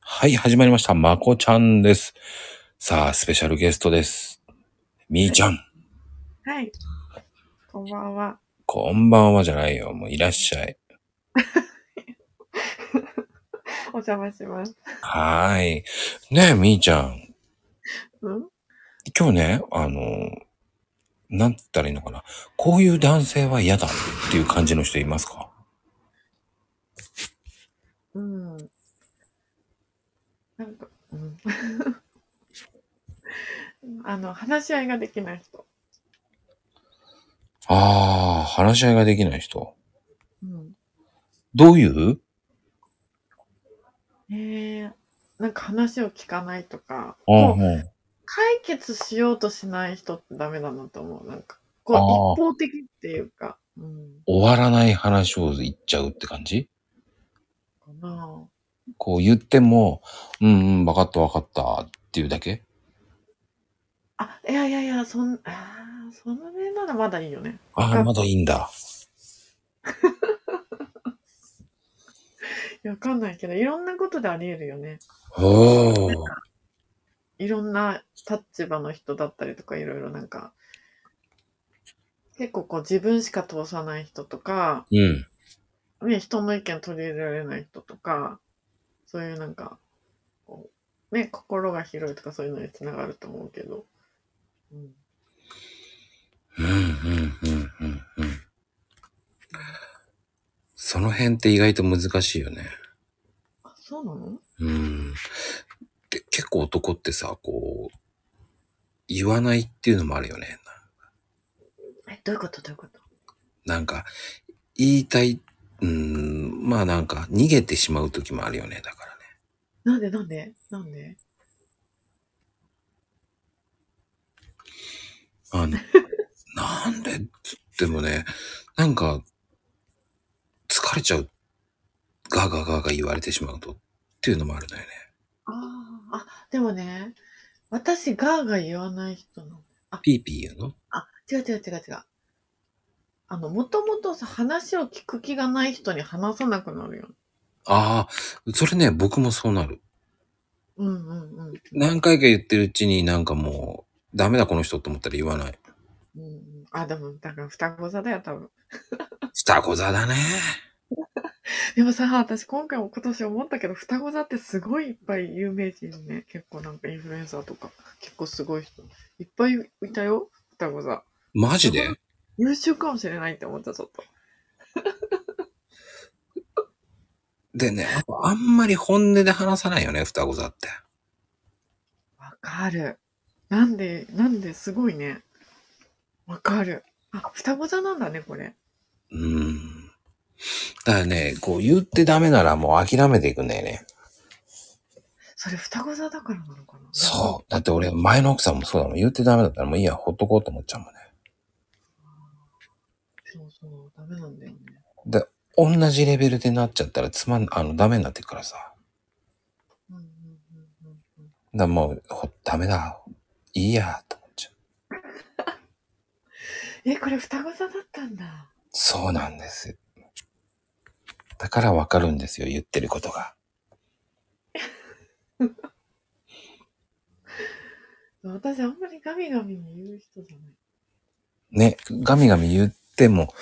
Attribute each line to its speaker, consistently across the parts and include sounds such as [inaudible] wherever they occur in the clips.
Speaker 1: はい、始まりました。まこちゃんです。さあ、スペシャルゲストです。みーちゃん、
Speaker 2: はい。こんばんは。
Speaker 1: こんばんはじゃないよ。もういらっしゃい。
Speaker 2: お邪魔します。
Speaker 1: はーい。ねえ、みーちゃん。
Speaker 2: うん
Speaker 1: 今日ね、あの、なんつったらいいのかな。こういう男性は嫌だっていう感じの人いますか
Speaker 2: うん。なんか、うん。 [laughs] あの、話し合いができない人。
Speaker 1: ああ、話し合いができない人。
Speaker 2: うん。
Speaker 1: どういう
Speaker 2: へえなんか話を聞かないとか、
Speaker 1: うん
Speaker 2: こう
Speaker 1: うん。
Speaker 2: 解決しようとしない人ってダメだなと思う。なんか、こう、
Speaker 1: あー
Speaker 2: 一方的っていうか、うん。
Speaker 1: 終わらない話を言っちゃうって感じ
Speaker 2: かな
Speaker 1: こう言っても、うんうん、わかったわかったっていうだけ
Speaker 2: あ、いやいやいや、そん、ああ、その辺ならまだいいよね。
Speaker 1: ああ、まだいいんだ。
Speaker 2: いやわかんないけど、いろんなことであり得るよね。
Speaker 1: おー。
Speaker 2: いろんな立場の人だったりとかいろいろなんか結構こう自分しか通さない人とか、
Speaker 1: うん。
Speaker 2: ね、人の意見取り入れられない人とかそういうなんかこう、ね、心が広いとかそういうのにつながると思うけど、うん、
Speaker 1: うんうんうんうんうん。その辺って意外と難しいよね。
Speaker 2: あそうなの
Speaker 1: うん。で結構男ってさ、こう、言わないっていうのもあるよね。
Speaker 2: えどういうことどういうこと
Speaker 1: なんか、言いたい、うん、まあなんか、逃げてしまう時もあるよね。だからね。
Speaker 2: なんでなんでなんで
Speaker 1: あの、なんでっつってもね、なんか、疲れちゃう。ガーガーガーガー言われてしまうと、っていうのもあるんだよね。
Speaker 2: あーあでもね私ガーガー言わない人なの
Speaker 1: ピーピー言うの
Speaker 2: あ、違う違う違う違う。あの、もともとさ、話を聞く気がない人に話さなくなるよ。
Speaker 1: ああ、それね、僕もそうなる。
Speaker 2: うんうんうん。
Speaker 1: 何回か言ってるうちになんかもう、ダメだこの人と思ったら言わない。
Speaker 2: うんうん、あ、でも、だから双子座だよ、多分。
Speaker 1: 双子座だね。
Speaker 2: でもさ、私今回も今年思ったけど、双子座ってすごいいっぱい有名人ね。結構なんかインフルエンサーとか、結構すごい人。いっぱいいたよ、双子座。
Speaker 1: マジで
Speaker 2: 優秀かもしれないって思った、ちょっと。
Speaker 1: でね、あとあんまり本音で話さないよね、双子座って。
Speaker 2: わかる。なんで、なんですごいね。わかる。あ、双子座なんだね、これ。
Speaker 1: うーん。だからね、こう言ってダメならもう諦めていくんだよね。
Speaker 2: それ双子座だからなのかな
Speaker 1: そう。だって俺、前の奥さんもそうだもん。言ってダメだったらもういいや、ほっとこうと思っちゃうもんね。
Speaker 2: そうそう、ダメなんだよね。
Speaker 1: 同じレベルでなっちゃったらつまん、あの、ダメになってくからさ。だか
Speaker 2: うんうんうんうんうん
Speaker 1: らもう、ほ、ダメだ。いいや、と思っちゃう。
Speaker 2: え、これ双子座だったんだ。
Speaker 1: そうなんです。だからわかるんですよ、言ってることが。
Speaker 2: 私あんまりガミガミ言う人じゃない。
Speaker 1: ね、ガミガミ言っても、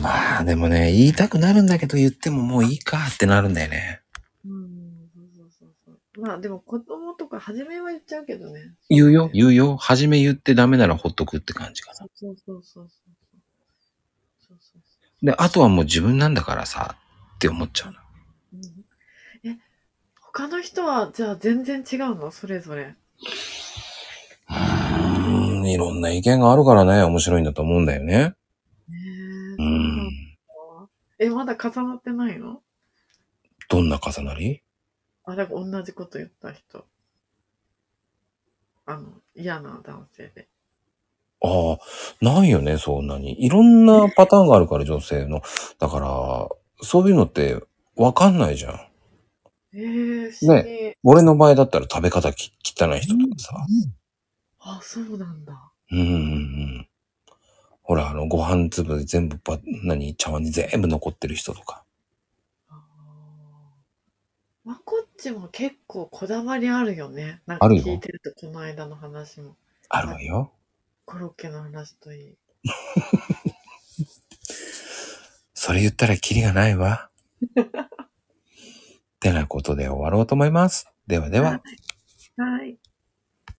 Speaker 1: まあでもね、言いたくなるんだけど言ってももういいかってなるんだよね。
Speaker 2: うん、そうそうそうそう。まあでも子供とか初めは言っちゃうけどね。
Speaker 1: 言うよ、言うよ。初め言ってダメならほっとくって感じかな。
Speaker 2: そうそうそうそうそう。そうそうそ
Speaker 1: で、あとはもう自分なんだからさ、って思っちゃうな。
Speaker 2: う。うん、え、他の人はじゃあ全然違うのそれぞれ。
Speaker 1: うーん、いろんな意見があるからね、面白いんだと思うんだよね。
Speaker 2: ね
Speaker 1: う
Speaker 2: え
Speaker 1: ん。
Speaker 2: え、まだ重なってないの
Speaker 1: どんな重なり
Speaker 2: あ、だから同じこと言った人。あの、嫌な男性で。
Speaker 1: ああ、ないよね、そんなに。いろんなパターンがあるから、女性の。だから、そういうのってわかんないじゃん。
Speaker 2: ええ不思議。
Speaker 1: 俺の場合だったら食べ方き汚い人とかさ。
Speaker 2: あ、そうなんだ。
Speaker 1: うんうんうん。ほら、あの、ご飯粒全部ば、何、茶碗に全部残ってる人とか。
Speaker 2: あーまこちも結構こだわりあるよね。なんか
Speaker 1: あるよ
Speaker 2: 聞いてると、この間の話も。
Speaker 1: あるわよ。
Speaker 2: コロッケの話といい。
Speaker 1: それ言ったらキリがない [laughs] わ。てなことで終わろうと思います。ではでは。
Speaker 2: はい。